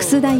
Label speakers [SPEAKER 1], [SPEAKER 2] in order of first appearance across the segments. [SPEAKER 1] 楠田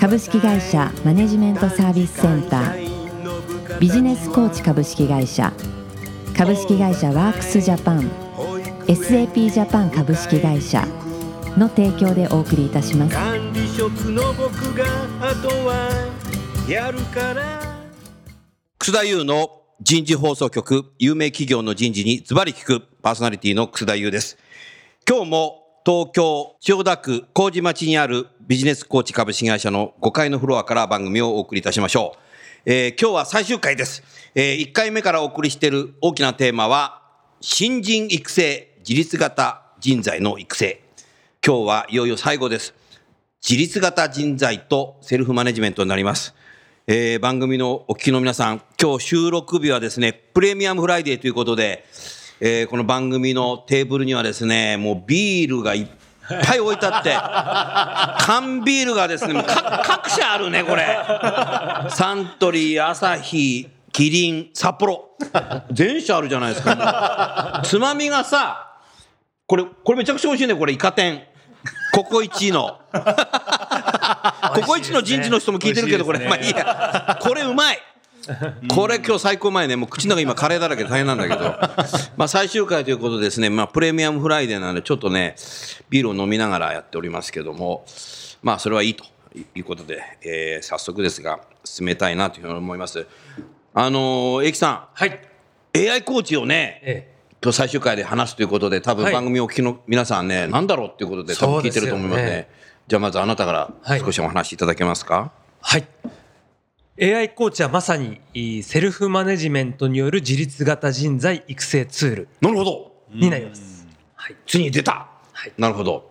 [SPEAKER 1] 株式会社マネジメントサービスセンタービジネスコーチ株式会社株式会社ワークスジャパン SAP ジャパン株式会社の提供でお送りいたします
[SPEAKER 2] 管理職の僕があとはやるから
[SPEAKER 3] 楠田優の人事放送局、有名企業の人事にズバリ聞くパーソナリティの楠田優です。今日も東京、千代田区、麹町にあるビジネスコーチ株式会社の5階のフロアから番組をお送りいたしましょう。えー今日は最終回です。え1回目からお送りしている大きなテーマは、新人育成、自立型人材の育成。今日はいよいよ最後です。自立型人材とセルフマネジメントになります。えー番組のお聞きの皆さん、今日収録日はですね、プレミアムフライデーということで、えーこの番組のテーブルにはですね、もうビールがいっぱい置いてあって、缶ビールがですね、もうか各社あるね、これ。サントリー、アサヒ、キリン、札幌。全社あるじゃないですか。つまみがさ、これ、これめちゃくちゃ美味しいね、これ、イカ天。ココイチの。ココイチの人事の人も聞いてるけど、これ、まあいいや。これうまい。これ今日最高前ね、もう口の中今カレーだらけで大変なんだけど、 まあ最終回ということでですね、まあプレミアムフライデーなのでちょっとね、ビールを飲みながらやっておりますけども、まあそれはいいということで、えー早速ですが、進めたいなというふうに思います。あのー、英樹さ
[SPEAKER 4] はい。
[SPEAKER 3] ん、AI コーチをね、
[SPEAKER 4] え
[SPEAKER 3] 今日最終回で話すということで、多分
[SPEAKER 4] はい
[SPEAKER 3] 番組をお聞きの皆さんね、なんだろうっていうことで多分聞いてると思いますね。
[SPEAKER 4] そうですよね
[SPEAKER 3] じゃあまずあなたか
[SPEAKER 4] は
[SPEAKER 3] ら
[SPEAKER 4] い
[SPEAKER 3] 少しお話しいただけますか、
[SPEAKER 4] はい。AI コーチはまさにいいセルフマネジメントによる自立型人材育成ツール
[SPEAKER 3] なるほど
[SPEAKER 4] になります。はい。
[SPEAKER 3] ついに出た、
[SPEAKER 4] はい
[SPEAKER 3] なるほど。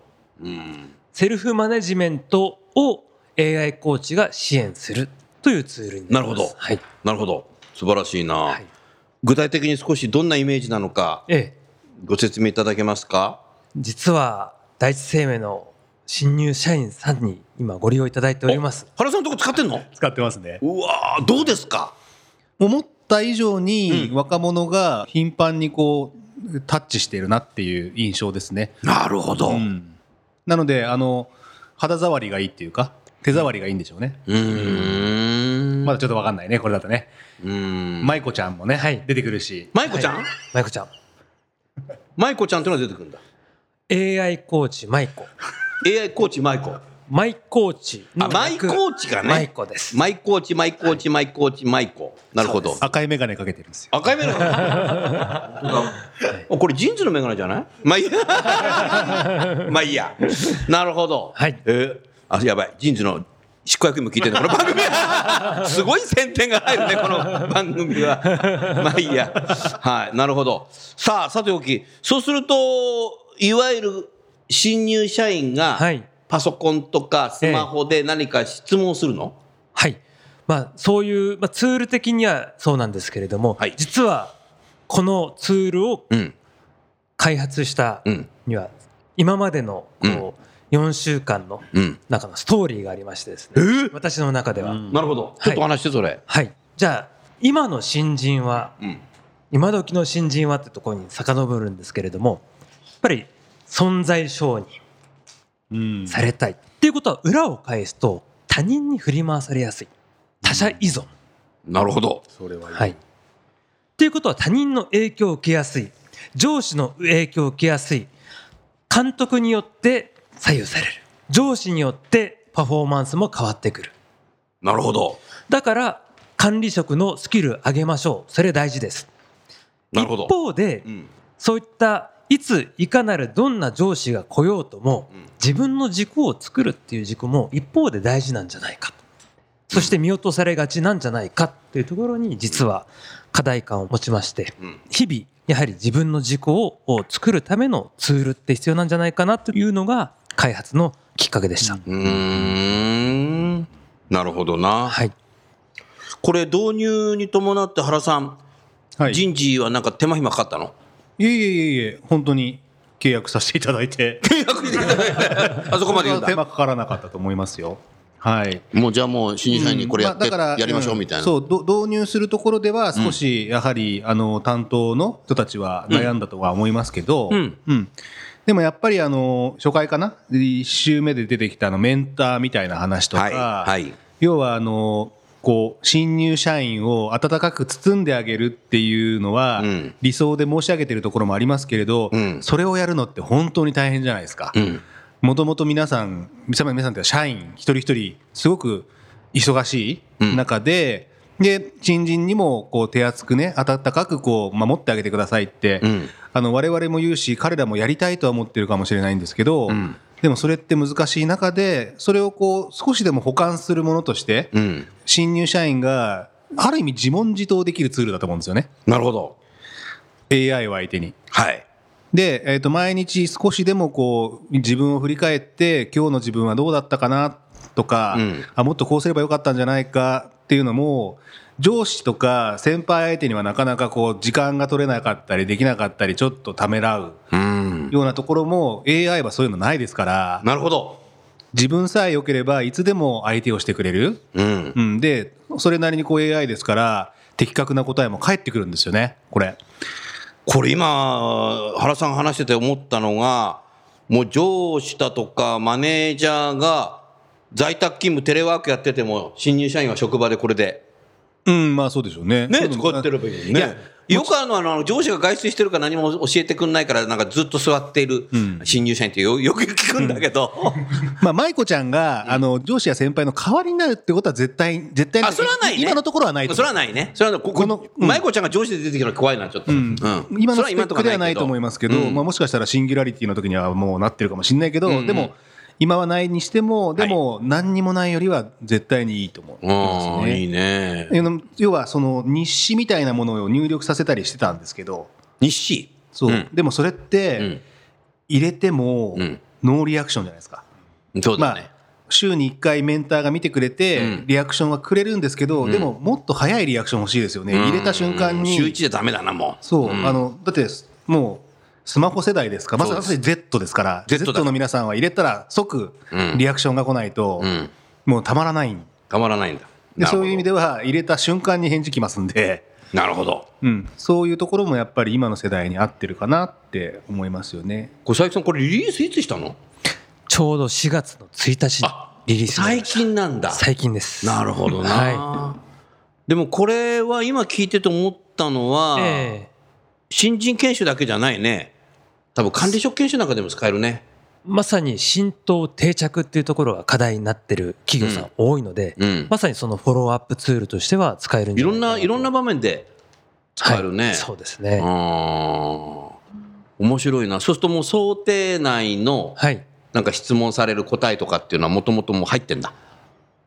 [SPEAKER 4] セルフマネジメントを AI コーチが支援するというツールになります。
[SPEAKER 3] なるほど
[SPEAKER 4] はい。
[SPEAKER 3] なるほど。素晴らしいな、
[SPEAKER 4] はい。
[SPEAKER 3] 具体的に少しどんなイメージなのか、
[SPEAKER 4] ええ。
[SPEAKER 3] ご説明いただけますか
[SPEAKER 4] 実は第一生命の新入社員さんに今ご利用いただいております。
[SPEAKER 3] 原さんのとこ使ってんの
[SPEAKER 5] 使ってますね
[SPEAKER 3] うわーどうですか
[SPEAKER 5] 思った以上に
[SPEAKER 3] うん
[SPEAKER 5] 若者が頻繁にこうタッチしてるなっていう印象ですね、
[SPEAKER 3] なるほど。う。
[SPEAKER 5] うんんなのであの肌触りがいいっていうか手触りがいいんでしょうね、
[SPEAKER 3] ん
[SPEAKER 5] まだちょっと分かんないねこれだとね、
[SPEAKER 3] うん。
[SPEAKER 5] 舞子ちゃんもね、出てくるし
[SPEAKER 3] 舞子ちゃん、
[SPEAKER 4] マイコちゃん。
[SPEAKER 3] 舞子ちゃんっていうのが出てくるんだ。
[SPEAKER 4] AI コーチマイコ。
[SPEAKER 3] AI コーチ舞子。
[SPEAKER 4] マイコーチの
[SPEAKER 3] あ、
[SPEAKER 4] 略。
[SPEAKER 3] 舞コーチがね。
[SPEAKER 4] マイコです。
[SPEAKER 3] 舞コーチ、舞コーチ、舞コーチ、舞子。なるほど。
[SPEAKER 5] 赤い眼鏡かけてるんですよ
[SPEAKER 3] 赤い目のこれジーンズの眼鏡じゃないまあいいや まあいいやなるほど、
[SPEAKER 4] はい
[SPEAKER 3] えーあやばいジーンズの執行役員も聞いてるこの番 組はすごい宣伝が入るねこの番組はまあいいやはいなるほどさあさておきそうするといわゆる新入社員が
[SPEAKER 4] はい
[SPEAKER 3] パソコンとかスマホで何か質問をするの、
[SPEAKER 4] はい。まあ、そういう、まあ、ツール的にはそうなんですけれども、
[SPEAKER 3] はい
[SPEAKER 4] 実はこのツールを
[SPEAKER 3] うん
[SPEAKER 4] 開発した
[SPEAKER 3] うん
[SPEAKER 4] には、今までのこう、4週間の
[SPEAKER 3] うん
[SPEAKER 4] 中のストーリーがありましてですね、私の中では。
[SPEAKER 3] なるほどちょっとお話ししてそれ、
[SPEAKER 4] はい。じゃあ、今の新人は、
[SPEAKER 3] うん
[SPEAKER 4] 今時の新人はってところに遡るんですけれども、やっぱり存在承認
[SPEAKER 5] うん
[SPEAKER 4] されたい。っていうことは裏を返すと、他人に振り回されやすい。他者依存。
[SPEAKER 3] なるほど
[SPEAKER 5] それは
[SPEAKER 4] はい。っていうことは他人の影響を受けやすい上司の影響を受けやすい監督によって左右される上司によってパフォーマンスも変わってくる
[SPEAKER 3] なるほど
[SPEAKER 4] だから管理職のスキル上げましょうそれ大事です
[SPEAKER 3] なるほど
[SPEAKER 4] 一方で
[SPEAKER 3] うん
[SPEAKER 4] そういったいついかなるどんな上司が来ようとも
[SPEAKER 3] うん
[SPEAKER 4] 自分の軸を作るっていう軸も一方で大事なんじゃないかそして見落とされがちなんじゃないかっていうところに実は課題感を持ちまして
[SPEAKER 3] うん
[SPEAKER 4] 日々やはり自分の自己をを作るためのツールって必要なんじゃないかなというのが開発のきっかけでした、
[SPEAKER 3] うーんなるほどな、
[SPEAKER 4] はい
[SPEAKER 3] これ導入に伴って原さん、
[SPEAKER 5] はい、い
[SPEAKER 3] 人事はなんか手間暇かかったの
[SPEAKER 5] えいえいえいえ本当に契約させていただいて
[SPEAKER 3] あ そこまで言うん
[SPEAKER 5] 手
[SPEAKER 3] だ
[SPEAKER 5] 間かからなかったと思いますよはい
[SPEAKER 6] もうじゃあもう新入社員にこれやって、
[SPEAKER 5] うんまあだから
[SPEAKER 6] やりましょうみたいな、
[SPEAKER 5] んそうど導入するところでは少しやはり、あの担当の人たちは悩んだとは思いますけど、
[SPEAKER 3] うん
[SPEAKER 5] でもやっぱりあの初回かな1週目で出てきたあのメンターみたいな話とか、
[SPEAKER 3] はいはい
[SPEAKER 5] 要はあのこう新入社員を温かく包んであげるっていうのは、
[SPEAKER 3] うん
[SPEAKER 5] 理想で申し上げてるところもありますけれど、
[SPEAKER 3] うん
[SPEAKER 5] それをやるのって本当に大変じゃないですか。
[SPEAKER 3] うん
[SPEAKER 5] もともと皆さん、皆さん皆さんっていうか社員一人一人、すごく忙しい中で、で、新人にもこう手厚くね、温かくこう守ってあげてくださいって、
[SPEAKER 3] うん
[SPEAKER 5] あの我々も言うし、彼らもやりたいとは思ってるかもしれないんですけど、
[SPEAKER 3] ん
[SPEAKER 5] でもそれって難しい中で、それをこう少しでも補完するものとして、
[SPEAKER 3] うん
[SPEAKER 5] 新入社員がある意味自問自答できるツールだと思うんですよね。
[SPEAKER 3] なるほど
[SPEAKER 5] AI を相手に。
[SPEAKER 3] はい
[SPEAKER 5] で、えー、と毎日少しでもこう自分を振り返って今日の自分はどうだったかなとか、
[SPEAKER 3] うん
[SPEAKER 5] あもっとこうすればよかったんじゃないかっていうのも上司とか先輩相手にはなかなかこう時間が取れなかったりできなかったりちょっとためらう
[SPEAKER 3] うん
[SPEAKER 5] ようなところも AI はそういうのないですから
[SPEAKER 3] なるほど
[SPEAKER 5] 自分さえ良ければいつでも相手をしてくれる、
[SPEAKER 3] うん
[SPEAKER 5] うん、でそれなりにこう AI ですから的確な答えも返ってくるんですよねこれ。
[SPEAKER 3] これ今原さん話してて思ったのがもう上司だとかマネージャーが在宅勤務テレワークやってても新入社員は職場でこれで
[SPEAKER 5] うんまあそうでしょうね。
[SPEAKER 3] ね
[SPEAKER 5] そういうの
[SPEAKER 3] 使ってればいいのに
[SPEAKER 5] いや
[SPEAKER 3] ねよくあのあの上司が外出してるから何も教えてくんないからなんかずっと座っている
[SPEAKER 5] うん
[SPEAKER 3] 新入社員ってよよく聞くんだけど、
[SPEAKER 5] まあ、舞子ちゃんが、あの上司や先輩の代わりになるってことは絶対絶対
[SPEAKER 3] あそれはないね
[SPEAKER 5] 今のところはないと思う
[SPEAKER 3] それはないねそれはここ
[SPEAKER 5] こ
[SPEAKER 3] の
[SPEAKER 5] の、
[SPEAKER 3] 舞子ちゃんが上司で出てきたら怖いなちょっと、
[SPEAKER 5] うん
[SPEAKER 3] うん
[SPEAKER 5] 今
[SPEAKER 3] そ
[SPEAKER 5] の
[SPEAKER 3] れは
[SPEAKER 5] スペッ
[SPEAKER 3] と
[SPEAKER 5] ク
[SPEAKER 3] こ
[SPEAKER 5] ではないと思いますけど、
[SPEAKER 3] うん
[SPEAKER 5] まあ、もしかしたらシンギュラリティの時にはもうなってるかもしれないけど、
[SPEAKER 3] うんうん
[SPEAKER 5] でも今はないにしてもでも何にもないよりは絶対にいいと思う、
[SPEAKER 3] あーいいね
[SPEAKER 5] あの要はその日誌みたいなものを入力させたりしてたんですけど
[SPEAKER 3] 日誌
[SPEAKER 5] そう、
[SPEAKER 3] うん
[SPEAKER 5] でもそれっ
[SPEAKER 3] う
[SPEAKER 5] て
[SPEAKER 3] ん
[SPEAKER 5] 入れても
[SPEAKER 3] うん
[SPEAKER 5] ノーリアクションじゃないですか。
[SPEAKER 3] そうだね、
[SPEAKER 5] まあ週に1回メンターが見てくれて、
[SPEAKER 3] うん
[SPEAKER 5] リアクションはくれるんですけど、
[SPEAKER 3] うん
[SPEAKER 5] でももっと早いリアクション欲しいですよね、入れた瞬間に、
[SPEAKER 3] 週一じゃダメだなもう
[SPEAKER 5] そう、
[SPEAKER 3] ん
[SPEAKER 5] あのだってもうスマホ世代ですかまさに
[SPEAKER 3] そう
[SPEAKER 5] 私 Z ですから
[SPEAKER 3] Z だ
[SPEAKER 5] Z, の皆さんは入れたら即
[SPEAKER 3] うん
[SPEAKER 5] リアクションが来ないと、
[SPEAKER 3] うん
[SPEAKER 5] もうたまらないん
[SPEAKER 3] たまらないんだ
[SPEAKER 5] で
[SPEAKER 3] なるほど
[SPEAKER 5] そういう意味では入れた瞬間に返事来ますんで、
[SPEAKER 3] なるほど
[SPEAKER 5] うん、そういうところもやっぱり今の世代に合ってるかなって思いますよね。
[SPEAKER 3] これ佐伯さんこれリリースいつしたの
[SPEAKER 4] ちょうど4月の1日にリリースにな
[SPEAKER 3] 最
[SPEAKER 4] りました
[SPEAKER 3] 近なんだ
[SPEAKER 4] 最近です
[SPEAKER 3] なるほどな、
[SPEAKER 4] は
[SPEAKER 3] でもこれは今聞いてて思ったのは、
[SPEAKER 4] い、ええ
[SPEAKER 3] 新人研修だけじゃないね多分管理職研修なんかでも使えるね
[SPEAKER 4] まさに浸透定着っていうところが課題になってる企業さん多いので、
[SPEAKER 3] うん
[SPEAKER 4] まさにそのフォローアップツールとしては使えるん
[SPEAKER 3] い
[SPEAKER 4] じゃ
[SPEAKER 3] ろ
[SPEAKER 4] ない
[SPEAKER 3] ん
[SPEAKER 4] かな
[SPEAKER 3] ないろんな場面で使えるね、
[SPEAKER 4] はいそうですね、
[SPEAKER 3] あー面白いなそうするともう想定内の
[SPEAKER 4] はい
[SPEAKER 3] なんか質問される答えとかっていうのはもともともう入ってんだ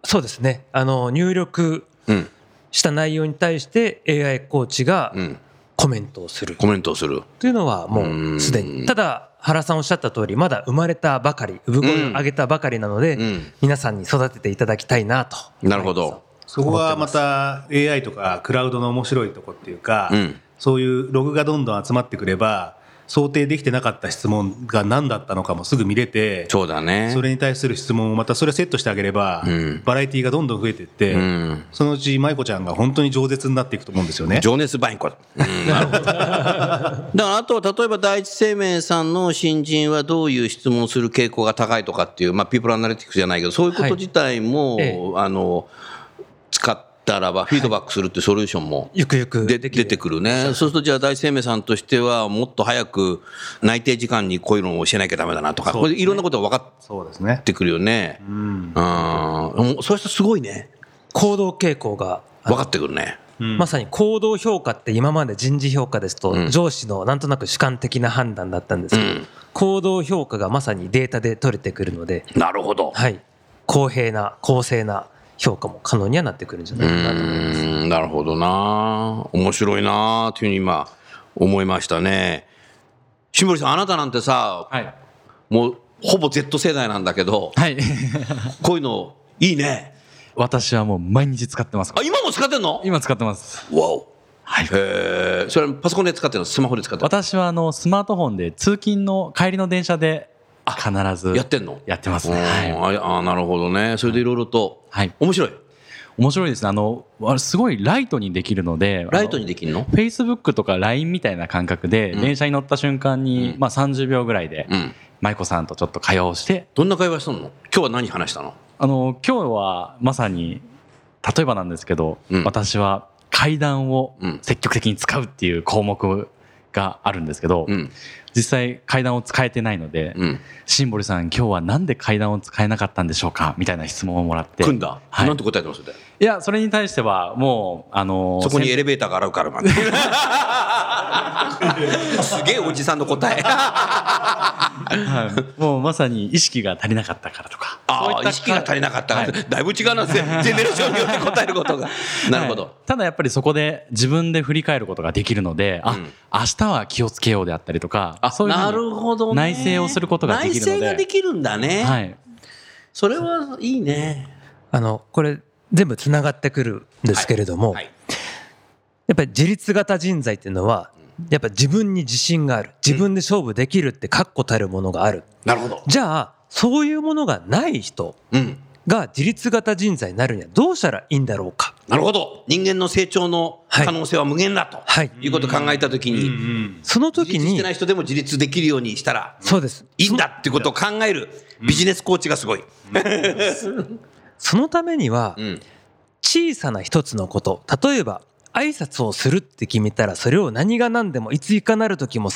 [SPEAKER 4] そうですねあの入力
[SPEAKER 3] うん
[SPEAKER 4] した内容に対して AI コーチが
[SPEAKER 3] うん
[SPEAKER 4] コメントをする
[SPEAKER 3] コメントをする
[SPEAKER 4] というのはもうすで
[SPEAKER 3] うん
[SPEAKER 4] にただ原さんおっしゃった通りまだ生まれたばかり産声を上げたばかりなので、
[SPEAKER 3] うん
[SPEAKER 4] 皆さんに育てていただきたいなと
[SPEAKER 3] なるほど
[SPEAKER 5] そこはまた AI とかクラウドの面白いとこっていうか、
[SPEAKER 3] うん
[SPEAKER 5] そういうログがどんどん集まってくれば想定できてなかった質問が何だったのかもすぐ見れて
[SPEAKER 3] そうだね
[SPEAKER 5] それに対する質問をまたそれセットしてあげれば、
[SPEAKER 3] うん
[SPEAKER 5] バラエティがどんどん増えていって、
[SPEAKER 3] うん
[SPEAKER 5] そのうち舞子ちゃんが本当に饒舌になっていくと思うんですよね。
[SPEAKER 3] 情熱バインコだ。だからあとは例えば第一生命さんの新人はどういう質問する傾向が高いとかっていう、まあ、ピープルアナリティクスじゃないけどそういうこ
[SPEAKER 4] は
[SPEAKER 3] と
[SPEAKER 4] い
[SPEAKER 3] 自体も、
[SPEAKER 4] ええ
[SPEAKER 3] あの使ったらばフィードバックするっていうソリューションも。
[SPEAKER 4] ゆくゆく
[SPEAKER 3] で出てくるねそうするとじゃあ第一生命さんとしてはもっと早く内定時間にこういうのを教えなきゃダメだなとか、これいろんなことが分か
[SPEAKER 5] そうですね
[SPEAKER 3] っ。てくるよねうんうんそうしたすごいね
[SPEAKER 4] 行動傾向があの
[SPEAKER 3] 分かってくるね
[SPEAKER 4] まさに行動評価って今まで人事評価で
[SPEAKER 3] う
[SPEAKER 4] す
[SPEAKER 3] ん
[SPEAKER 4] と上司のなんとなく主観的な判断だったんですけど、
[SPEAKER 3] うん
[SPEAKER 4] 行動評価がまさにデータで取れてくるので、
[SPEAKER 3] なるほど
[SPEAKER 4] はい、公平な公正な評価も可能にはなってくるんじゃな
[SPEAKER 3] う
[SPEAKER 4] いかなと思います。
[SPEAKER 3] ーんなるほどな面白いなというふうに今思いましたねしんぼりさんあなたなんてさ
[SPEAKER 7] はい。
[SPEAKER 3] もうほぼ Z 世代なんだけど
[SPEAKER 7] はい。
[SPEAKER 3] こういうのいいね
[SPEAKER 7] 私はもう毎日使ってます
[SPEAKER 3] あ、今も使ってんの
[SPEAKER 7] 今使ってます
[SPEAKER 3] わお。はい。えー、それパソコンで使ってるのスマホで使ってる
[SPEAKER 7] 私はあのスマートフォンで通勤の帰りの電車で必ず
[SPEAKER 3] のやってんの
[SPEAKER 7] やってます
[SPEAKER 3] う
[SPEAKER 7] ね、
[SPEAKER 3] ん
[SPEAKER 7] はい
[SPEAKER 3] ああなるほどね。それでいろいろと。
[SPEAKER 7] はい、
[SPEAKER 3] 面白い。
[SPEAKER 7] 面白いですねあのわすごいライトにできるので
[SPEAKER 3] ライトにできるの
[SPEAKER 7] フェイスブックとか LINE みたいな感覚で、
[SPEAKER 3] うん
[SPEAKER 7] 電車に乗った瞬間に、
[SPEAKER 3] うん
[SPEAKER 7] まあ、30秒ぐらいで、
[SPEAKER 3] うん。
[SPEAKER 7] 舞子さんとちょっと会話をして
[SPEAKER 3] どんな会話したの今日は何話したの
[SPEAKER 7] あの今日はまさに例えばなんですけど、
[SPEAKER 3] うん
[SPEAKER 7] 私は階段を
[SPEAKER 3] うん
[SPEAKER 7] 積極的に使うっていう項目があるんですけど、
[SPEAKER 3] うん。
[SPEAKER 7] 実際階段を使えてないので、
[SPEAKER 3] うん。
[SPEAKER 7] シンボルさん今日はなんで階段を使えなかったんでしょうかみたいな質問をもらって
[SPEAKER 3] 組んだ。
[SPEAKER 7] はい
[SPEAKER 3] なんて答えてますそれで
[SPEAKER 7] いやそれに対してはもうあの
[SPEAKER 3] そこに
[SPEAKER 7] 先
[SPEAKER 3] エレベーターがあるから なんてすげえおじさんの答 え。
[SPEAKER 7] はいもうまさに意識が足りなかったからとか
[SPEAKER 3] あ
[SPEAKER 7] そういっ
[SPEAKER 3] あ、
[SPEAKER 7] た
[SPEAKER 3] 意識が足りなかったから、
[SPEAKER 7] は
[SPEAKER 3] だいぶ違う なんですね。ジェネレーションによって答えることが。なるほど。
[SPEAKER 7] はいただやっぱりそこで自分で振り返ることができるので、
[SPEAKER 3] う
[SPEAKER 7] あ
[SPEAKER 3] ん
[SPEAKER 7] 明日は気をつけようであったりとか
[SPEAKER 3] あ
[SPEAKER 7] そういうふうに
[SPEAKER 3] なるほど、ね、
[SPEAKER 7] 内省をすることができるので
[SPEAKER 3] 内省ができるんだね、
[SPEAKER 7] はい、
[SPEAKER 3] それはいいね
[SPEAKER 4] あのこれ全部つながってくるんですけれども、
[SPEAKER 3] はいはい
[SPEAKER 4] やっぱり自立型人材っていうのはやっぱ自分に自信がある自分で勝負できるって確固たるものがある、
[SPEAKER 3] なるほど
[SPEAKER 4] じゃあそういうものがない人
[SPEAKER 3] うん
[SPEAKER 4] が自立型人材になるにはどうしたらいいんだろうか
[SPEAKER 3] なるほど人間の成長の
[SPEAKER 4] はい
[SPEAKER 3] 可能性は無限だと、
[SPEAKER 4] はい
[SPEAKER 3] い、うことを考えたとき
[SPEAKER 5] うんう
[SPEAKER 3] に、
[SPEAKER 5] ん
[SPEAKER 4] その
[SPEAKER 3] 自
[SPEAKER 4] 時
[SPEAKER 3] 立して
[SPEAKER 4] に
[SPEAKER 3] ない人でも自立できるようにしたら
[SPEAKER 4] そうです
[SPEAKER 3] いいんだっていうことを考えるビジネスコーチがすごい、
[SPEAKER 4] そのためには
[SPEAKER 3] うん
[SPEAKER 4] 小さな一つのこと例えば挨拶をするって決めたらそれを何が何でもいついかなる時も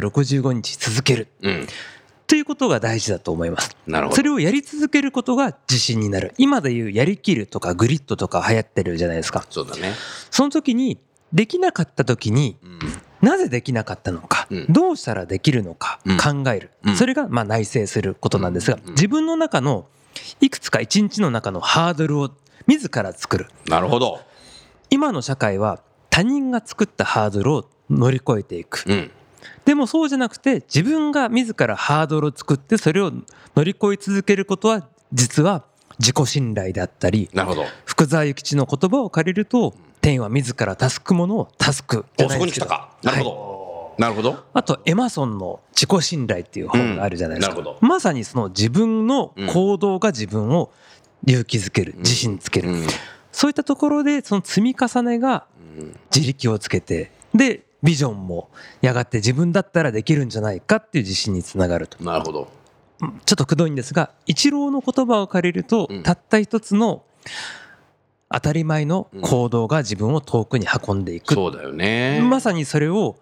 [SPEAKER 4] 365日続ける
[SPEAKER 3] うん、
[SPEAKER 4] ということが大事だと思います
[SPEAKER 3] なるほど
[SPEAKER 4] それをやり続けることが自信になる今でいうやりきるとかグリッドとか流行ってるじゃないですか
[SPEAKER 3] そうだね、
[SPEAKER 4] その時にできなかった時に
[SPEAKER 3] うん
[SPEAKER 4] なぜできなかったのか、
[SPEAKER 3] うん
[SPEAKER 4] どうしたらできるのか
[SPEAKER 3] うん
[SPEAKER 4] 考える、
[SPEAKER 3] うん
[SPEAKER 4] それがまあ内省することなんですが、
[SPEAKER 3] うん
[SPEAKER 4] 自分の中のいくつか一日の中のハードルを自ら作る
[SPEAKER 3] なるほど、
[SPEAKER 4] 今の社会は他人が作ったハードルを乗り越えていく、
[SPEAKER 3] うん、
[SPEAKER 4] でもそうじゃなくて自分が自らハードルを作ってそれを乗り越え続けることは実は自己信頼だったり
[SPEAKER 3] なるほど
[SPEAKER 4] 福沢諭吉の言葉を借りると天は自ら助くものを助くじゃ
[SPEAKER 3] おそ
[SPEAKER 4] ない
[SPEAKER 3] こ
[SPEAKER 4] で
[SPEAKER 3] に
[SPEAKER 4] す
[SPEAKER 3] 来
[SPEAKER 4] け
[SPEAKER 3] た
[SPEAKER 4] ど
[SPEAKER 3] かなるほど、なるほど
[SPEAKER 4] あとエマソンの「自己信頼」っていう本があるじゃないですか、
[SPEAKER 3] うんなるほ
[SPEAKER 4] まさにその自分の行動が自分を勇気づける、
[SPEAKER 3] うん
[SPEAKER 4] 自信つける、
[SPEAKER 3] うん
[SPEAKER 4] そういったところでその積み重ねが
[SPEAKER 3] うん
[SPEAKER 4] 自力をつけてでビジョンもやがて自分だったらできるんじゃないかっていう自信につながると
[SPEAKER 3] なるほど
[SPEAKER 4] うんちょっとくどいんですが一郎の言葉を借りると、
[SPEAKER 3] うん
[SPEAKER 4] たった一つの当たり前の行動が自分を遠くに運んでいく、
[SPEAKER 3] そうだよね、
[SPEAKER 4] まさにそれを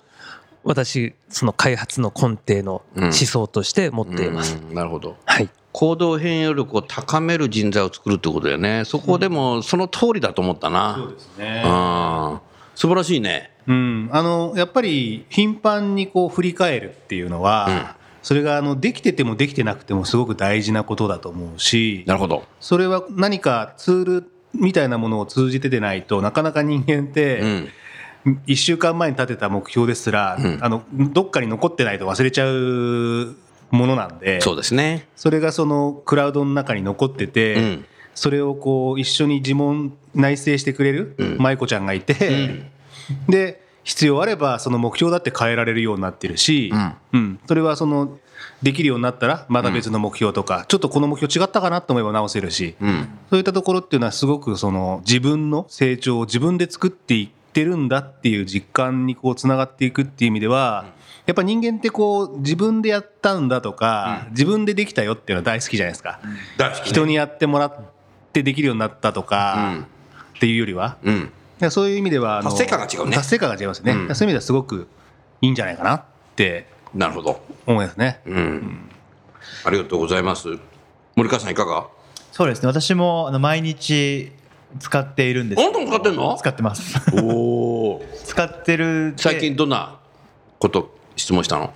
[SPEAKER 4] 私その開発の根底の思想として持っています、
[SPEAKER 3] うんなるほど
[SPEAKER 4] はい
[SPEAKER 3] 行動変容力を高める人材を作るってことだよねそこでもその通りだと思ったな、
[SPEAKER 5] そうですね
[SPEAKER 3] あー素晴らしいね
[SPEAKER 5] うん、あのやっぱり頻繁にこう振り返るっていうのは、
[SPEAKER 3] うん
[SPEAKER 5] それがあのできててもできてなくてもすごく大事なことだと思うし
[SPEAKER 3] なるほど
[SPEAKER 5] それは何かツールみたいなものを通じてでないとなかなか人間って、
[SPEAKER 3] うん
[SPEAKER 5] 1週間前に立てた目標ですら、
[SPEAKER 3] うん
[SPEAKER 5] あのどっかに残ってないと忘れちゃうものなんで
[SPEAKER 3] そうですね
[SPEAKER 5] それがそのクラウドの中に残ってて、
[SPEAKER 3] うん
[SPEAKER 5] それをこう一緒に自問内省してくれる
[SPEAKER 3] うん
[SPEAKER 5] 舞子ちゃんがいて、で必要あればその目標だって変えられるようになってるし、
[SPEAKER 3] うん
[SPEAKER 5] うんそれはそのできるようになったらまた別の目標とか、ちょっとこの目標違ったかなと思えば直せるし、
[SPEAKER 3] うん
[SPEAKER 5] そういったところっていうのはすごくその自分の成長を自分で作っていってるんだっていう実感にこうつながっていくっていう意味では、やっぱ人間ってこう自分でやったんだとか、自分でできたよっていうのは大好きじゃないですか。
[SPEAKER 3] 大好き
[SPEAKER 5] 人にやってもらってできるようになったと
[SPEAKER 3] う
[SPEAKER 5] か
[SPEAKER 3] ん、
[SPEAKER 5] っていうよりは、
[SPEAKER 3] うん
[SPEAKER 5] いやそういう意味ではあの
[SPEAKER 3] 達成感が違うね
[SPEAKER 5] 達成感が違いますね、
[SPEAKER 3] うん
[SPEAKER 5] そういう意味ではすごくいいんじゃないかなって
[SPEAKER 3] なるほど
[SPEAKER 5] 思いますね
[SPEAKER 3] うん、ありがとうございます森川さんいかが
[SPEAKER 8] そうですね私もあの毎日使っているんです
[SPEAKER 3] あんたも使ってんの
[SPEAKER 8] 使ってます
[SPEAKER 3] おお
[SPEAKER 8] 使ってるで
[SPEAKER 3] 最近どんなこと質問したの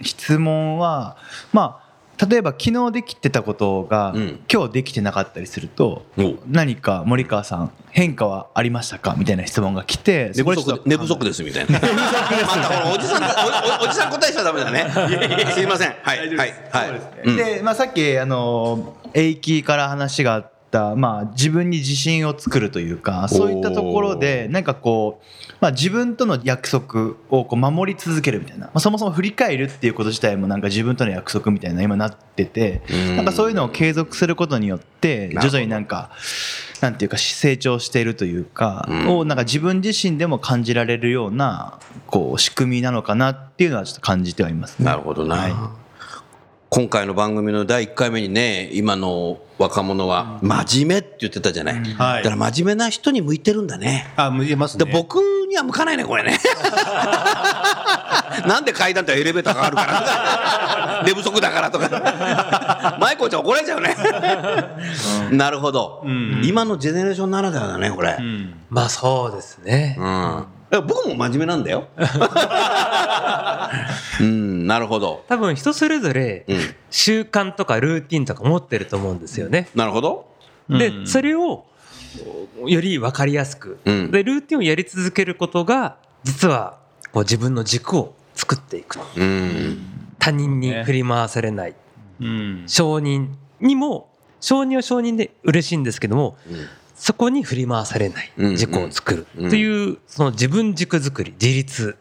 [SPEAKER 8] 質問はまあ例えば昨日できてたことが、
[SPEAKER 3] うん
[SPEAKER 8] 今日できてなかったりすると
[SPEAKER 3] お
[SPEAKER 8] 何か森川さん変化はありましたかみたいな質問が来て
[SPEAKER 3] 寝
[SPEAKER 8] そこ
[SPEAKER 3] 不
[SPEAKER 8] でちょっ
[SPEAKER 3] 足
[SPEAKER 8] と
[SPEAKER 3] 寝不足ですみたい な。またこのおじさんおおおじさん答えしちゃダメだね。すいません。はいはいはい。
[SPEAKER 8] で、まあ、さっきあのー駅から話があっった、まあ、自分に自信を作るというかそういったところでなんかこう、まあ、自分との約束をこう守り続けるみたいな、まあ、そもそも振り返るっていうこと自体もなんか自分との約束みたいな今なっててなんかそういうのを継続することによって徐々になんかなんていうか成長しているというか、をなんか自分自身でも感じられるようなこう仕組みなのかなっていうのはちょっと感じてはいますね。
[SPEAKER 3] なるほどな、
[SPEAKER 8] はい
[SPEAKER 3] 今回の番組の第1回目にね今の若者は真面目って言ってたじゃない、
[SPEAKER 5] は
[SPEAKER 3] だ
[SPEAKER 5] い
[SPEAKER 3] から真面目な人に向いてるんだね
[SPEAKER 5] あ向いてます
[SPEAKER 3] で
[SPEAKER 5] ね
[SPEAKER 3] 僕には向かないねこれ ねなんで階段とエレベーターがある から寝不足だからとか舞子ちゃん怒られちゃうねなるほど、
[SPEAKER 5] うん
[SPEAKER 3] 今のジェネレーションならではだねこれ、
[SPEAKER 5] うん
[SPEAKER 4] まあそうですね
[SPEAKER 3] う。んえ僕も真面目なんだ ようんなるほど、
[SPEAKER 4] 多分人それぞれ
[SPEAKER 3] うん、
[SPEAKER 4] 習慣とかルーティンとか持ってると思うんですよね。
[SPEAKER 3] なるほど
[SPEAKER 4] で、それをより分かりやすく。
[SPEAKER 3] うん
[SPEAKER 4] で、ルーティンをやり続けることが、実はこう自分の軸を作っていく。
[SPEAKER 3] うん
[SPEAKER 4] 他人に振り回されない。
[SPEAKER 5] うん
[SPEAKER 4] 承認にも、承認は承認で嬉しいんですけども、そこに振り回されない
[SPEAKER 3] うん
[SPEAKER 4] 自己を作る
[SPEAKER 3] うん
[SPEAKER 4] というその自分軸作り自立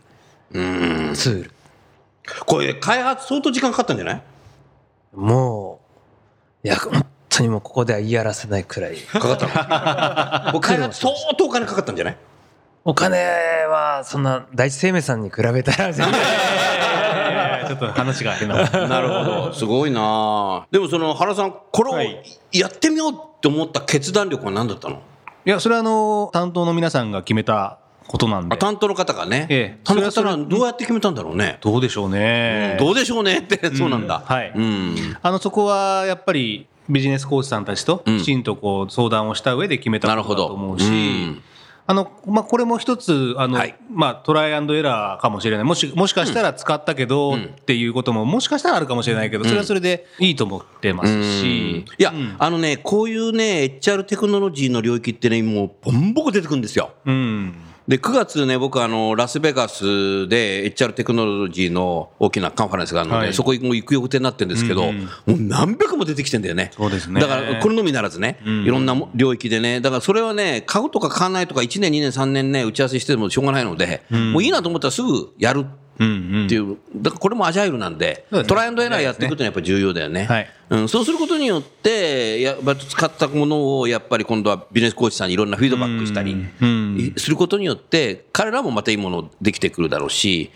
[SPEAKER 3] うん
[SPEAKER 4] ツール
[SPEAKER 3] これ開発相当時間かかったんじゃない
[SPEAKER 4] もういや本当にもうここでは言い表せないくらい
[SPEAKER 3] かかった のこれ開発相当お金かかったんじゃない
[SPEAKER 4] お金はそんな第一生命さんに比べたら全然
[SPEAKER 5] えーちょっと話が変な
[SPEAKER 3] なるほどすごいなでもその原さんこれを
[SPEAKER 5] はい
[SPEAKER 3] やってみようって思った決断力は何だったの
[SPEAKER 5] いやそれはあの担当の皆さんが決めたことなん
[SPEAKER 3] あ
[SPEAKER 5] で
[SPEAKER 3] 担当の方がね、
[SPEAKER 5] ええ
[SPEAKER 3] 担当の方
[SPEAKER 5] それは
[SPEAKER 3] が
[SPEAKER 5] それ
[SPEAKER 3] どうやって決めたんだろうね、
[SPEAKER 5] どうでしょうね
[SPEAKER 3] どうでしょうねってそうなんだ、
[SPEAKER 5] うんはい
[SPEAKER 3] うん
[SPEAKER 5] あのそこはやっぱりビジネスコーチさんたちと
[SPEAKER 3] うん
[SPEAKER 5] きちんとこう相談をした上で決めた
[SPEAKER 3] なる
[SPEAKER 5] こ
[SPEAKER 3] ほ
[SPEAKER 5] とだ
[SPEAKER 3] ど
[SPEAKER 5] と思うし、
[SPEAKER 3] うん
[SPEAKER 5] あのまあ、これも一つあの、
[SPEAKER 3] はい
[SPEAKER 5] まあ、トライアンドエラーかもしれないもしもしかしたら使ったけど、
[SPEAKER 3] うん
[SPEAKER 5] っていうことももしかしたらあるかもしれないけどそれはそれでいいと思ってますし、
[SPEAKER 3] いや、
[SPEAKER 5] うん
[SPEAKER 3] あのねこういうね HR テクノロジーの領域ってねもうボンボコ出てくるんですよ
[SPEAKER 5] うん
[SPEAKER 3] で9月ね僕あのラスベガスで HR テクノロジーの大きなカンファレンスがあるので、
[SPEAKER 5] はい
[SPEAKER 3] そこも行く予定になってるんですけど、
[SPEAKER 5] うん
[SPEAKER 3] もう何百も出てきてんだよね
[SPEAKER 5] そうですね
[SPEAKER 3] だからこれのみならずね、
[SPEAKER 5] うん
[SPEAKER 3] いろんなも領域でねだからそれはね買うとか買わないとか1年2年3年ね打ち合わせしてもしょうがないので、
[SPEAKER 5] ん
[SPEAKER 3] もういいなと思ったらすぐやる
[SPEAKER 5] うんうん
[SPEAKER 3] っていう、だからこれもアジャイルなんで、
[SPEAKER 5] そうですね
[SPEAKER 3] トライアンドエラーやっていくってのはやっぱ重要だよね。
[SPEAKER 5] はい
[SPEAKER 3] うん、そうすることによって、やっぱ使ったものをやっぱり今度はビジネスコーチさんにいろんなフィードバックしたり
[SPEAKER 5] うん
[SPEAKER 3] いすることによって、彼らもまたいいものできてくるだろうし、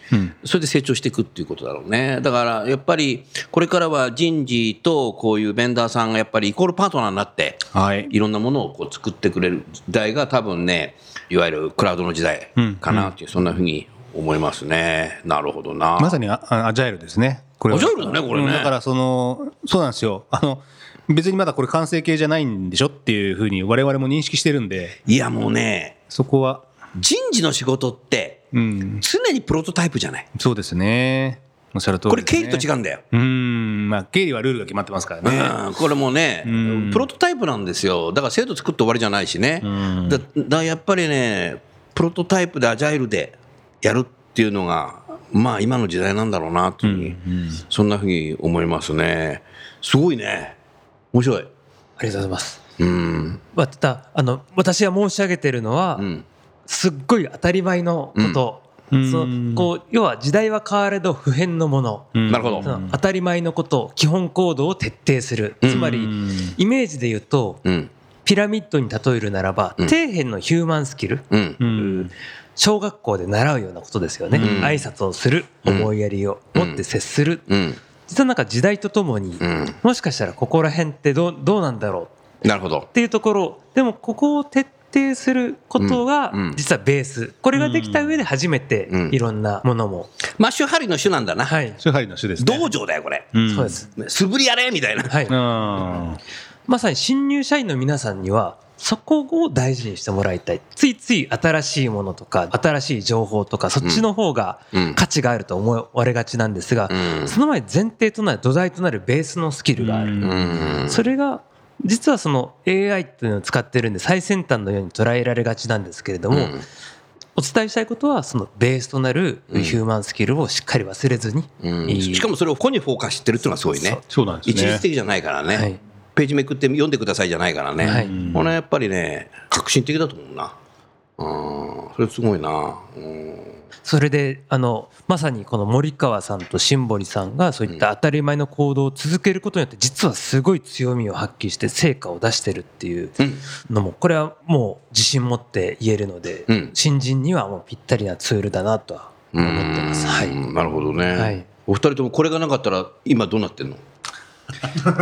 [SPEAKER 3] それで成長していくっていうことだろうね。だからやっぱり、これからは人事とこういうベンダーさんがやっぱりイコールパートナーになって、
[SPEAKER 5] はい
[SPEAKER 3] いろんなものをこう作ってくれる時代が多分ね、いわゆるクラウドの時代かなっていう、そんなふうに思いますね。なるほどな。
[SPEAKER 5] まさにああアジャイルですねこれ
[SPEAKER 3] ア
[SPEAKER 5] は
[SPEAKER 3] ジャイルだねこれね
[SPEAKER 5] うんだからそのそうなんですよあの別にまだこれ完成形じゃないんでしょっていうふうに我々も認識してるんで
[SPEAKER 3] いやもうね、
[SPEAKER 5] そこは
[SPEAKER 3] 人事の仕事って
[SPEAKER 5] うん
[SPEAKER 3] 常にプロトタイプじゃない。
[SPEAKER 5] そうですねおっしゃる通り
[SPEAKER 3] これ経理と違
[SPEAKER 5] う
[SPEAKER 3] うんだよ。
[SPEAKER 5] うんまあ経理はルールが決まってますからね
[SPEAKER 3] うん、これもね、
[SPEAKER 5] うん
[SPEAKER 3] プロトタイプなんですよ、だから制度作って終わりじゃないしね、
[SPEAKER 5] ん
[SPEAKER 3] だだからやっぱりね、プロトタイプでアジャイルでやるっていうのが、まあ今の時代なんだろうなというふうに、そんなふうに思いますね、すごいね、面白い。
[SPEAKER 4] ありがとうございます
[SPEAKER 3] うん、
[SPEAKER 4] まあただあの私が申し上げてるのは
[SPEAKER 3] うん、
[SPEAKER 4] すっごい当たり前のこと
[SPEAKER 5] うん
[SPEAKER 4] そう
[SPEAKER 5] うん
[SPEAKER 4] こう要は時代は変われど不変のもの
[SPEAKER 5] うん
[SPEAKER 3] なるほど
[SPEAKER 4] その当たり前のこと基本行動を徹底する
[SPEAKER 3] うん
[SPEAKER 4] つま
[SPEAKER 5] う
[SPEAKER 4] り
[SPEAKER 5] ん
[SPEAKER 4] イメージで言うと
[SPEAKER 3] うん、
[SPEAKER 4] ピラミッドに例えるならば
[SPEAKER 3] うん
[SPEAKER 4] 底辺のヒューマンスキル
[SPEAKER 3] うん、
[SPEAKER 5] うん
[SPEAKER 4] 小学校で習うようなことですよね
[SPEAKER 3] うん
[SPEAKER 4] 挨拶をする
[SPEAKER 3] うん
[SPEAKER 4] 思いやりを
[SPEAKER 3] うん
[SPEAKER 4] 持って接する
[SPEAKER 3] うん、
[SPEAKER 4] 実はなんか時代とともに
[SPEAKER 3] うん、
[SPEAKER 4] もしかしたらここら辺ってどうどうなんだろう
[SPEAKER 3] なるほど
[SPEAKER 4] っ。ていうところでもここを徹底することが
[SPEAKER 3] うんうん
[SPEAKER 4] 実はベースこれができた上で初めて
[SPEAKER 3] うん
[SPEAKER 4] いろんなものも、
[SPEAKER 3] マッシュハリの種なんだな。
[SPEAKER 4] はい、
[SPEAKER 5] それ針の種ですね
[SPEAKER 3] 道場だよ、これ。
[SPEAKER 5] うん
[SPEAKER 4] そうです、
[SPEAKER 3] ね素振りやれみたいな。
[SPEAKER 4] はい、
[SPEAKER 5] うん
[SPEAKER 4] まさに新入社員の皆さんにはそこを大事にしてもらいたいついつい新しいものとか新しい情報とかそっちの方が
[SPEAKER 3] うん
[SPEAKER 4] 価値があると思われがちなんですが
[SPEAKER 3] うん
[SPEAKER 4] その前に前提となる土台となるベースのスキルがある
[SPEAKER 3] うん
[SPEAKER 4] それが実はその AI っていうのを使ってるんで最先端のように捉えられがちなんですけれども、
[SPEAKER 3] うん
[SPEAKER 4] お伝えしたいことはそのベースとなる
[SPEAKER 3] うん
[SPEAKER 4] ヒューマンスキルをしっかり忘れずに、
[SPEAKER 3] うん
[SPEAKER 4] いい
[SPEAKER 3] しかもそれを個にフォーカスしてるっていうのはすごいね
[SPEAKER 5] そうなんです
[SPEAKER 3] 一
[SPEAKER 5] ね
[SPEAKER 3] 律的じゃないからね、
[SPEAKER 4] はい
[SPEAKER 3] ベページめくって読んでくださいじゃないからね、
[SPEAKER 4] はい
[SPEAKER 3] これはやっぱりね革新的だと思うなうんそれすごいな、うん、
[SPEAKER 4] それであのまさにこの森川さんと新堀さんがそういった当たり前の行動を続けることによって実はすごい強みを発揮して成果を出してるっていう
[SPEAKER 3] うん
[SPEAKER 4] のもこれはもう自信持って言えるので、
[SPEAKER 3] うん
[SPEAKER 4] 新人にはもうぴったりなツールだなとは
[SPEAKER 3] う
[SPEAKER 4] 思ってます。はい
[SPEAKER 3] んなるほどね、
[SPEAKER 4] はい
[SPEAKER 3] お二人ともこれがなかったら今どうなってんの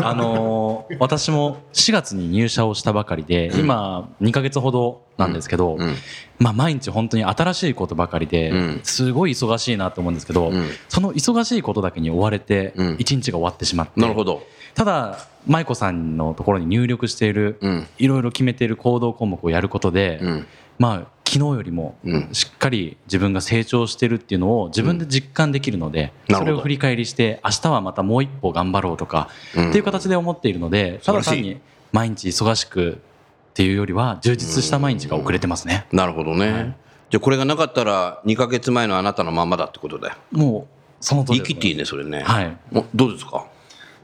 [SPEAKER 7] あのー私も4月に入社をしたばかりで、
[SPEAKER 3] うん
[SPEAKER 7] 今2ヶ月ほどなんですけど、
[SPEAKER 3] うん
[SPEAKER 7] まあ、毎日本当に新しいことばかりで、
[SPEAKER 3] うん
[SPEAKER 7] すごい忙しいなと思うんですけど、
[SPEAKER 3] うん
[SPEAKER 7] その忙しいことだけに追われて
[SPEAKER 3] うん
[SPEAKER 7] 1日が終わってしまって、
[SPEAKER 3] なるほど、
[SPEAKER 7] ただ舞子さんのところに入力している
[SPEAKER 3] うん
[SPEAKER 7] いろいろ決めている行動項目をやることで、
[SPEAKER 3] うん
[SPEAKER 7] まあ昨日よりも
[SPEAKER 3] うん
[SPEAKER 7] しっかり自分が成長してるっていうのを自分で実感できるので、
[SPEAKER 3] うんなるほど
[SPEAKER 7] それを振り返りして明日はまたもう一歩頑張ろうとか、
[SPEAKER 3] うん
[SPEAKER 7] っていう形で思っているので
[SPEAKER 3] 素
[SPEAKER 7] た
[SPEAKER 3] 晴ら
[SPEAKER 7] だ
[SPEAKER 3] しい
[SPEAKER 7] 単に毎日忙しくっていうよりは充実した毎日が遅れてますね、
[SPEAKER 3] なるほどね、じゃあこれがなかったら2か月前のあなたのままだってことだよ
[SPEAKER 7] もうその通り
[SPEAKER 3] 生
[SPEAKER 7] で
[SPEAKER 3] きていいねそれね、
[SPEAKER 7] はい
[SPEAKER 3] おどうですか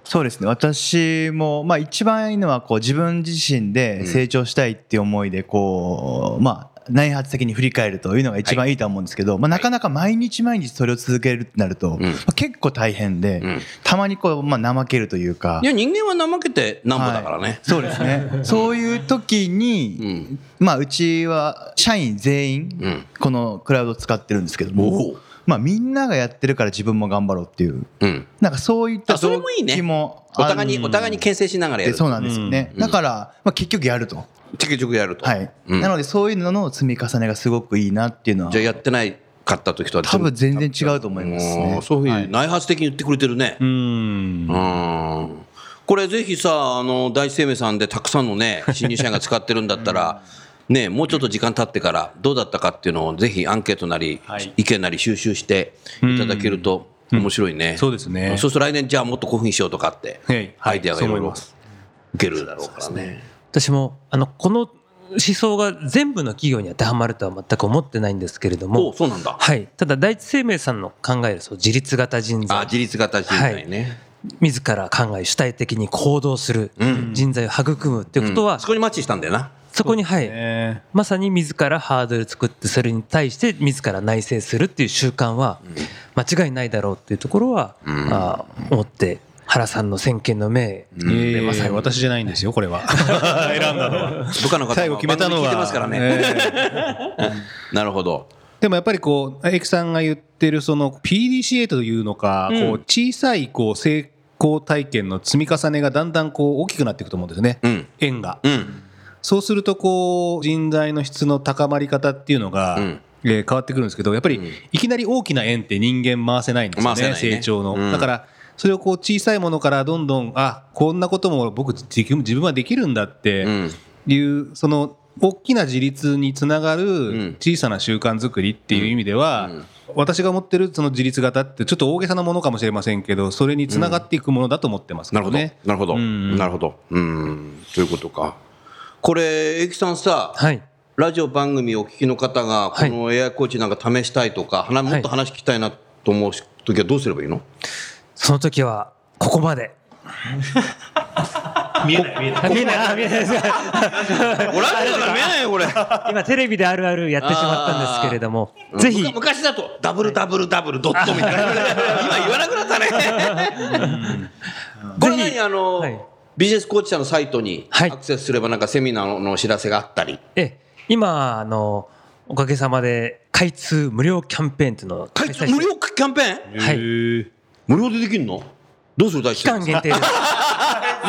[SPEAKER 8] そうですね私も、まあ、一番いいのはこう自分自身で成長したいっていう思いでこう、まあ、内発的に振り返るというのが一番いいとは思うんですけど、まあ、なかなか毎日毎日それを続けるってなると、まあ、結構大変で、
[SPEAKER 3] うん
[SPEAKER 8] たまにこう、まあ、怠けるというか
[SPEAKER 3] い。や人間は怠けてなんぼだから
[SPEAKER 8] は
[SPEAKER 3] ね
[SPEAKER 8] い、そうです ねそういう時に、
[SPEAKER 3] うん
[SPEAKER 8] まあ、うちは社員全員、
[SPEAKER 3] うん
[SPEAKER 8] このクラウド使ってるんですけど
[SPEAKER 3] お
[SPEAKER 8] も
[SPEAKER 3] う、
[SPEAKER 8] まあ、みんながやってるから自分も頑張ろうっていう
[SPEAKER 3] うん
[SPEAKER 8] なんかそういった
[SPEAKER 3] あそれ
[SPEAKER 8] 動
[SPEAKER 3] もいいね
[SPEAKER 8] 機も
[SPEAKER 3] お互いに
[SPEAKER 8] ある
[SPEAKER 3] お互いに牽制しながらや
[SPEAKER 8] で
[SPEAKER 3] る
[SPEAKER 8] そうなんですよね、だから、まあ、結局やると、
[SPEAKER 3] ち局やると、
[SPEAKER 8] はい
[SPEAKER 3] うん
[SPEAKER 8] なのでそういうのの積み重ねがすごくいいなっていうのは
[SPEAKER 3] じゃあやってないかった時とは
[SPEAKER 8] 多分全然違うと思います
[SPEAKER 3] う
[SPEAKER 8] ね
[SPEAKER 3] んそういうふう
[SPEAKER 8] は
[SPEAKER 3] に
[SPEAKER 8] い
[SPEAKER 3] 内発的に言ってくれてるね、
[SPEAKER 5] うん
[SPEAKER 3] うんこれぜひさあの第一生命さんでたくさんの ね新入社員が使ってるんだったら、ね、もうちょっと時間経ってからどうだったかっていうのをぜひアンケートなり、
[SPEAKER 5] はい
[SPEAKER 3] 意見なり収集していただけると面白いね、
[SPEAKER 5] そうですね
[SPEAKER 3] そうすると来年じゃあもっとこういうふうにしようとかって、
[SPEAKER 5] はい
[SPEAKER 3] アイデアがいろいろ
[SPEAKER 5] そう思います
[SPEAKER 3] 受けるだろうからね。
[SPEAKER 4] 私もあのこの思想が全部の企業に当てはまるとは全く思ってないんですけれど
[SPEAKER 3] お
[SPEAKER 4] も、
[SPEAKER 3] そうなんだ。
[SPEAKER 4] はい、ただ第一生命さんの考えるそう自立型人
[SPEAKER 3] あ
[SPEAKER 4] 材
[SPEAKER 3] 自立型人材ね、
[SPEAKER 4] 自ら考え主体的に行動する
[SPEAKER 3] うん
[SPEAKER 4] 人材を育むっていうこと
[SPEAKER 3] うん
[SPEAKER 4] は
[SPEAKER 3] そこにマッチしたんだよな。
[SPEAKER 4] そこにはい
[SPEAKER 5] ね
[SPEAKER 4] まさに自らハードル作ってそれに対して自ら内省するっていう習慣は間違いないだろうっていうところは
[SPEAKER 3] うん
[SPEAKER 4] あー思って原さんの先見の明
[SPEAKER 5] ええまさに私じゃないんですよこれは選んだのは
[SPEAKER 3] 部下の方
[SPEAKER 5] 最後決めたの
[SPEAKER 3] 番組聞いて
[SPEAKER 5] は
[SPEAKER 3] ますからね。
[SPEAKER 5] ええ
[SPEAKER 3] なるほど。
[SPEAKER 5] でもやっぱりこうエイクさんが言ってるその PDCA というのか、
[SPEAKER 3] うん
[SPEAKER 5] こう小さいこう成功体験の積み重ねがだんだんこう大きくなっていくと思うんですよね、
[SPEAKER 3] うん
[SPEAKER 5] 円が、
[SPEAKER 3] うん
[SPEAKER 5] そうするとこう人材の質の高まり方っていうのが、
[SPEAKER 3] うん
[SPEAKER 5] えー変わってくるんですけどやっぱり
[SPEAKER 3] うん
[SPEAKER 5] いきなり大きな円って人間回せないんですよ
[SPEAKER 3] 回せ
[SPEAKER 5] ね
[SPEAKER 3] ないね
[SPEAKER 5] 成長の、
[SPEAKER 3] うん
[SPEAKER 5] だからそれをこう小さいものからどんどんあこんなことも僕自分自分はできるんだって、
[SPEAKER 3] うん
[SPEAKER 5] いうその大きな自立につなが
[SPEAKER 3] ん
[SPEAKER 5] る小さな習慣作りっていう意味では、
[SPEAKER 3] うん
[SPEAKER 5] 私が持ってるその自立型ってちょっと大げさなものかもしれませんけどそれにつながっていくものだと思ってますけ
[SPEAKER 3] なるほ
[SPEAKER 5] ど
[SPEAKER 3] ど。
[SPEAKER 5] ね。
[SPEAKER 3] なるほど。
[SPEAKER 5] うん
[SPEAKER 3] なるほど。うん。ということか。これ、エキさんさ、
[SPEAKER 4] はい
[SPEAKER 3] ラジオ番組をお聞きの方が、こ
[SPEAKER 4] はい
[SPEAKER 3] のエアコーチなんか試したいとか、話もっと話聞きたいなと思う時はどうすればいいの
[SPEAKER 4] その時はここまで
[SPEAKER 8] 見えない見えな い
[SPEAKER 4] 見えないあ見えない
[SPEAKER 3] 俺、ラジオから見えないよ、これ。
[SPEAKER 4] 今テレビであるあるやってしまったんですけれどもぜひ
[SPEAKER 3] むか昔だと、ダブルダブルダブルドットみたいな。今言わなくなったね。これ
[SPEAKER 4] ぜ
[SPEAKER 3] 何
[SPEAKER 4] ひ
[SPEAKER 3] あの、
[SPEAKER 4] はい
[SPEAKER 3] ビジネスコーチさんのサイトに
[SPEAKER 4] はい
[SPEAKER 3] アクセスすればなんかセミナーのお知らせがあったり。
[SPEAKER 4] ええ今あのおかげさまで開通無料キャンペーンというのを
[SPEAKER 3] 会
[SPEAKER 4] 開催
[SPEAKER 3] 長
[SPEAKER 4] して
[SPEAKER 3] 無料キャンペーン
[SPEAKER 4] はい
[SPEAKER 3] 無料でできるのどうする大
[SPEAKER 4] 期
[SPEAKER 3] 地
[SPEAKER 4] 間
[SPEAKER 3] も
[SPEAKER 4] 限定で す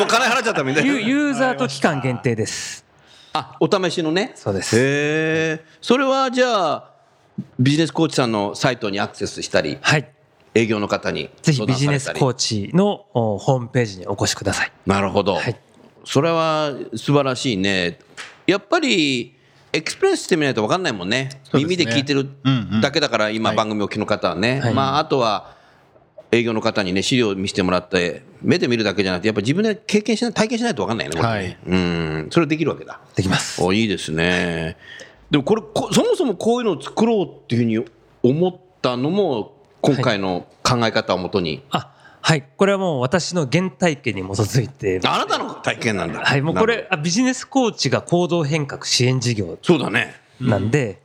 [SPEAKER 3] う金払っちゃったみたい
[SPEAKER 4] ユ
[SPEAKER 3] な。
[SPEAKER 4] ユーザーと期間限定です。
[SPEAKER 3] あ、お試しのね。
[SPEAKER 4] そうです。
[SPEAKER 3] へえ。それはじゃあ、ビジネスコーチさんのサイトにアクセスしたり、
[SPEAKER 4] はい。
[SPEAKER 3] 営業の方に
[SPEAKER 4] ぜひビジネスコー
[SPEAKER 3] チ。
[SPEAKER 4] チのおホームページにお越しください。
[SPEAKER 3] なるほど。
[SPEAKER 4] はい
[SPEAKER 3] それは素晴らしいね。やっぱり、エクスプレスしてみないと分かんないもんね。
[SPEAKER 5] そうですね
[SPEAKER 3] 耳で聞いてる
[SPEAKER 5] うんうん
[SPEAKER 3] だけだから、今番組を聞きの方はね。
[SPEAKER 4] はい
[SPEAKER 3] まあ、あとは、営業の方にね、資料を見せてもらって、目で見るだけじゃなくて、やっぱ自分で経験しない、体験しないと分かんないよね、これね
[SPEAKER 5] はい
[SPEAKER 3] うん。それできるわけだ。
[SPEAKER 4] できます。
[SPEAKER 3] おいいですねでもこれこそもそもこういうのを作ろうっていうふうに思ったのも今回の考え方をもとに、
[SPEAKER 4] あ、はい、これはもう私の原体験に基づいてます
[SPEAKER 3] あなたの体験なんだ。
[SPEAKER 4] はい、もうこ
[SPEAKER 3] なる
[SPEAKER 4] れあビジネスコーチが行動変革支援事業
[SPEAKER 3] ほど。そうだね。
[SPEAKER 4] なんで、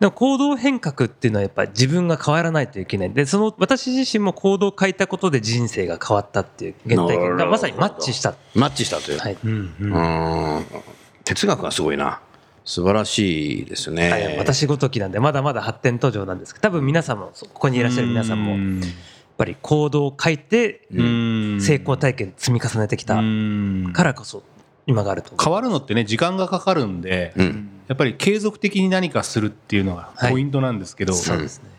[SPEAKER 4] でも行動変革っていうのはやっぱり自分が変わらないといけないでその私自身も行動を変えたことで人生が変わったっていう現体
[SPEAKER 3] なる
[SPEAKER 4] 験
[SPEAKER 3] ほ
[SPEAKER 4] が
[SPEAKER 3] ど
[SPEAKER 4] まさにマッチした、
[SPEAKER 3] マッチしたという。
[SPEAKER 4] はい
[SPEAKER 3] うん。哲学がすごいな。素晴らしいですね。
[SPEAKER 4] はい私ごときなんでまだまだ発展途上なんですけど多分皆さんもそうここにいらっしゃる皆さんもやっ
[SPEAKER 5] も
[SPEAKER 4] ぱり行動を変えて成
[SPEAKER 5] 成
[SPEAKER 4] 功体験積み重ねてきた
[SPEAKER 5] か
[SPEAKER 4] からこそ今があると思う
[SPEAKER 5] 変わるのってね時間がかかるんで、
[SPEAKER 3] うん。
[SPEAKER 5] やっぱり継続的に何かするっていうのが
[SPEAKER 4] はい
[SPEAKER 5] ポイントなんですけど、
[SPEAKER 4] そうですね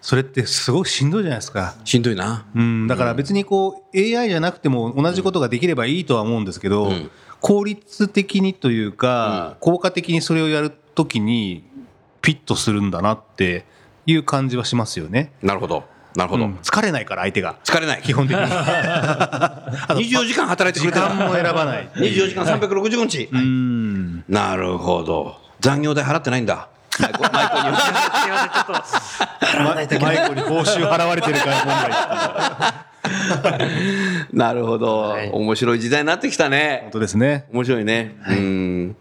[SPEAKER 5] それってすごいしんどいじゃないですか。
[SPEAKER 3] しんどいな。
[SPEAKER 5] うん、だから別にこう AI じゃなくても同じことができればいいとは思うんですけど、
[SPEAKER 3] うん
[SPEAKER 5] 効率的にというか、効果的にそれをやるときにピッとするんだなっていう感じはしますよね。
[SPEAKER 3] なるほど。なるほ
[SPEAKER 5] う
[SPEAKER 3] ど
[SPEAKER 5] ん。疲れないから相手が
[SPEAKER 3] 疲れない。
[SPEAKER 5] 基本的 にあと
[SPEAKER 3] 24時間働いて
[SPEAKER 5] 時
[SPEAKER 3] くれてる
[SPEAKER 5] 間。も選 ばない。
[SPEAKER 3] 24時間365日。
[SPEAKER 5] うん
[SPEAKER 3] なるほど。残業代払ってないんだ。マイコマイコには。
[SPEAKER 4] すいませんちょっと
[SPEAKER 5] マイコに報酬払われてるから問題
[SPEAKER 3] なるほど、
[SPEAKER 4] はい
[SPEAKER 3] 面白い時代になってきた
[SPEAKER 5] 本
[SPEAKER 3] ね。
[SPEAKER 5] 当ですね
[SPEAKER 3] 面白いね。うん。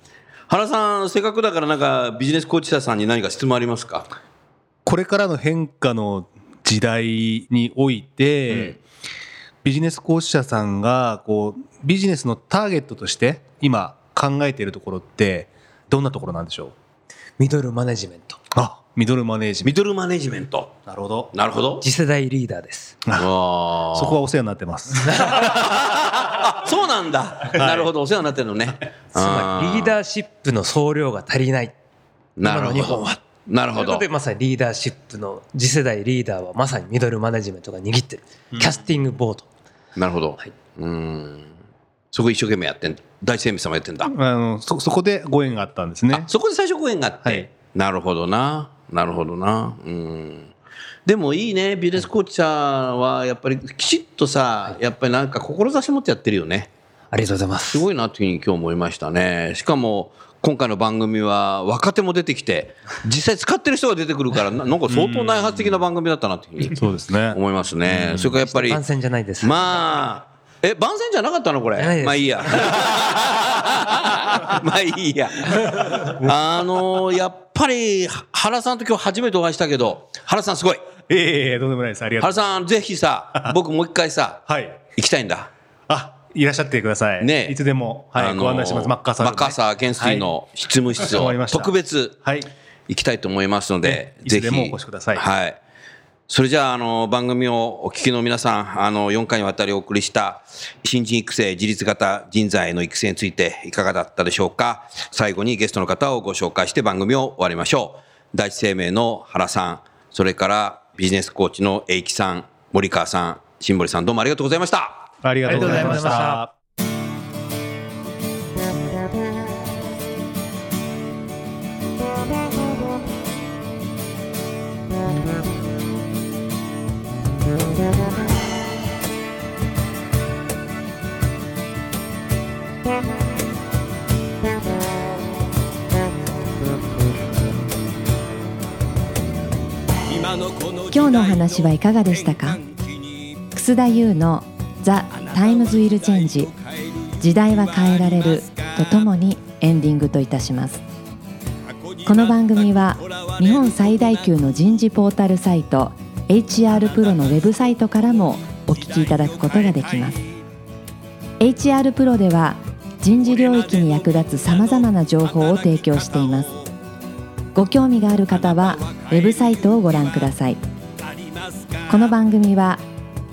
[SPEAKER 3] 原さん、せっかくだからなんかビジネスコーチ者さんに何か質問ありますか
[SPEAKER 5] これからの変化の時代において、ビジネス講師者さんがこうビジネスのターゲットとして今考えているところってどんなところなんでしょう
[SPEAKER 4] ミドルマネジメント
[SPEAKER 5] あミドルマネージメ
[SPEAKER 3] ミ
[SPEAKER 5] ン
[SPEAKER 3] ドルマネジメント。
[SPEAKER 5] トなるほど
[SPEAKER 3] なるほど。
[SPEAKER 4] 次世代リーダーです
[SPEAKER 3] あー
[SPEAKER 5] そこはお世話になってます
[SPEAKER 3] あそうなんだ、なるほどお世話になってるの ね
[SPEAKER 4] つまりリー
[SPEAKER 3] ー
[SPEAKER 4] ダーシップの総量が足りない
[SPEAKER 3] なるほ
[SPEAKER 4] 今の
[SPEAKER 3] ど
[SPEAKER 4] 日本は
[SPEAKER 3] なるほ
[SPEAKER 4] というこ
[SPEAKER 3] ど
[SPEAKER 4] とでまさにリーダーシップの次世代リーダーはまさにミドルマネジメントが握ってる、キャスティングボード
[SPEAKER 3] なるほど、
[SPEAKER 4] いう
[SPEAKER 3] ーんそこ一生懸命やってん大生命様やってんだ、
[SPEAKER 5] あのそそこでご縁があったんですね
[SPEAKER 3] あそこで最初公演があって、
[SPEAKER 5] はい
[SPEAKER 3] なるほどななるほどなうんでもいいねビジネスコーチさんはやっぱりきちっとさ、やっぱりなんか志持ってやってるよね
[SPEAKER 4] ありがとうございます
[SPEAKER 3] すごいなというふうに今日思いましたねしかも今回の番組は若手も出てきて実際使ってる人が出てくるからななんか相当内発的な番組だったなというふうに
[SPEAKER 5] そうですね
[SPEAKER 3] 思いますね。それからやっぱり、
[SPEAKER 4] 番宣じゃないです、
[SPEAKER 3] まあ、え、番宣じゃなかったのこれ
[SPEAKER 4] じゃないで。す
[SPEAKER 3] まあい いや。まあいいや。あのやっぱり、原さんと今日初めてお会いしたけど、原さんすごい。
[SPEAKER 5] ええええとんでもないですありがとう
[SPEAKER 3] 原さん、ぜひ さ、僕もう一回さ、
[SPEAKER 5] はい
[SPEAKER 3] 行きたいんだ。
[SPEAKER 5] あいらっしゃってください
[SPEAKER 3] ね
[SPEAKER 5] いつでも、はい
[SPEAKER 3] あの
[SPEAKER 5] ご案内しますマッカーサー
[SPEAKER 3] マッカーサー研
[SPEAKER 5] はい
[SPEAKER 3] 水の執務室
[SPEAKER 5] わかり
[SPEAKER 3] を
[SPEAKER 5] ました
[SPEAKER 3] 特別
[SPEAKER 5] はい
[SPEAKER 3] 行きたいと思いますので、
[SPEAKER 5] ねい
[SPEAKER 3] ぜ
[SPEAKER 5] つ
[SPEAKER 3] ひ。
[SPEAKER 5] でもお越しください
[SPEAKER 3] はい。それじゃあ、あの、番組をお聞きの皆さん、あの、4回にわたりお送りした、新人育成、自立型人材の育成についていかがだったでしょうか。最後にゲストの方をご紹介して番組を終わりましょう。第一生命の原さん、それからビジネスコーチの英木さん、森川さん、新堀さん、どうもありがとうございました。
[SPEAKER 5] ありがとうございま
[SPEAKER 4] ありがとうご
[SPEAKER 5] し
[SPEAKER 4] ざいました
[SPEAKER 5] た
[SPEAKER 1] 今日のお話はいかがでしたか楠田優の「ザ・タイムズ・ウィル・チェンジ時代は変えられる」とともにエンディングといたしますこの番組は日本最大級の人事ポータルサイト HR プロのウェブサイトからもお聞きいただくことができます HR プロでは人事領域に役立つさまざまな情報を提供していますご興味がある方はウェブサイトをご覧くださいこの番組は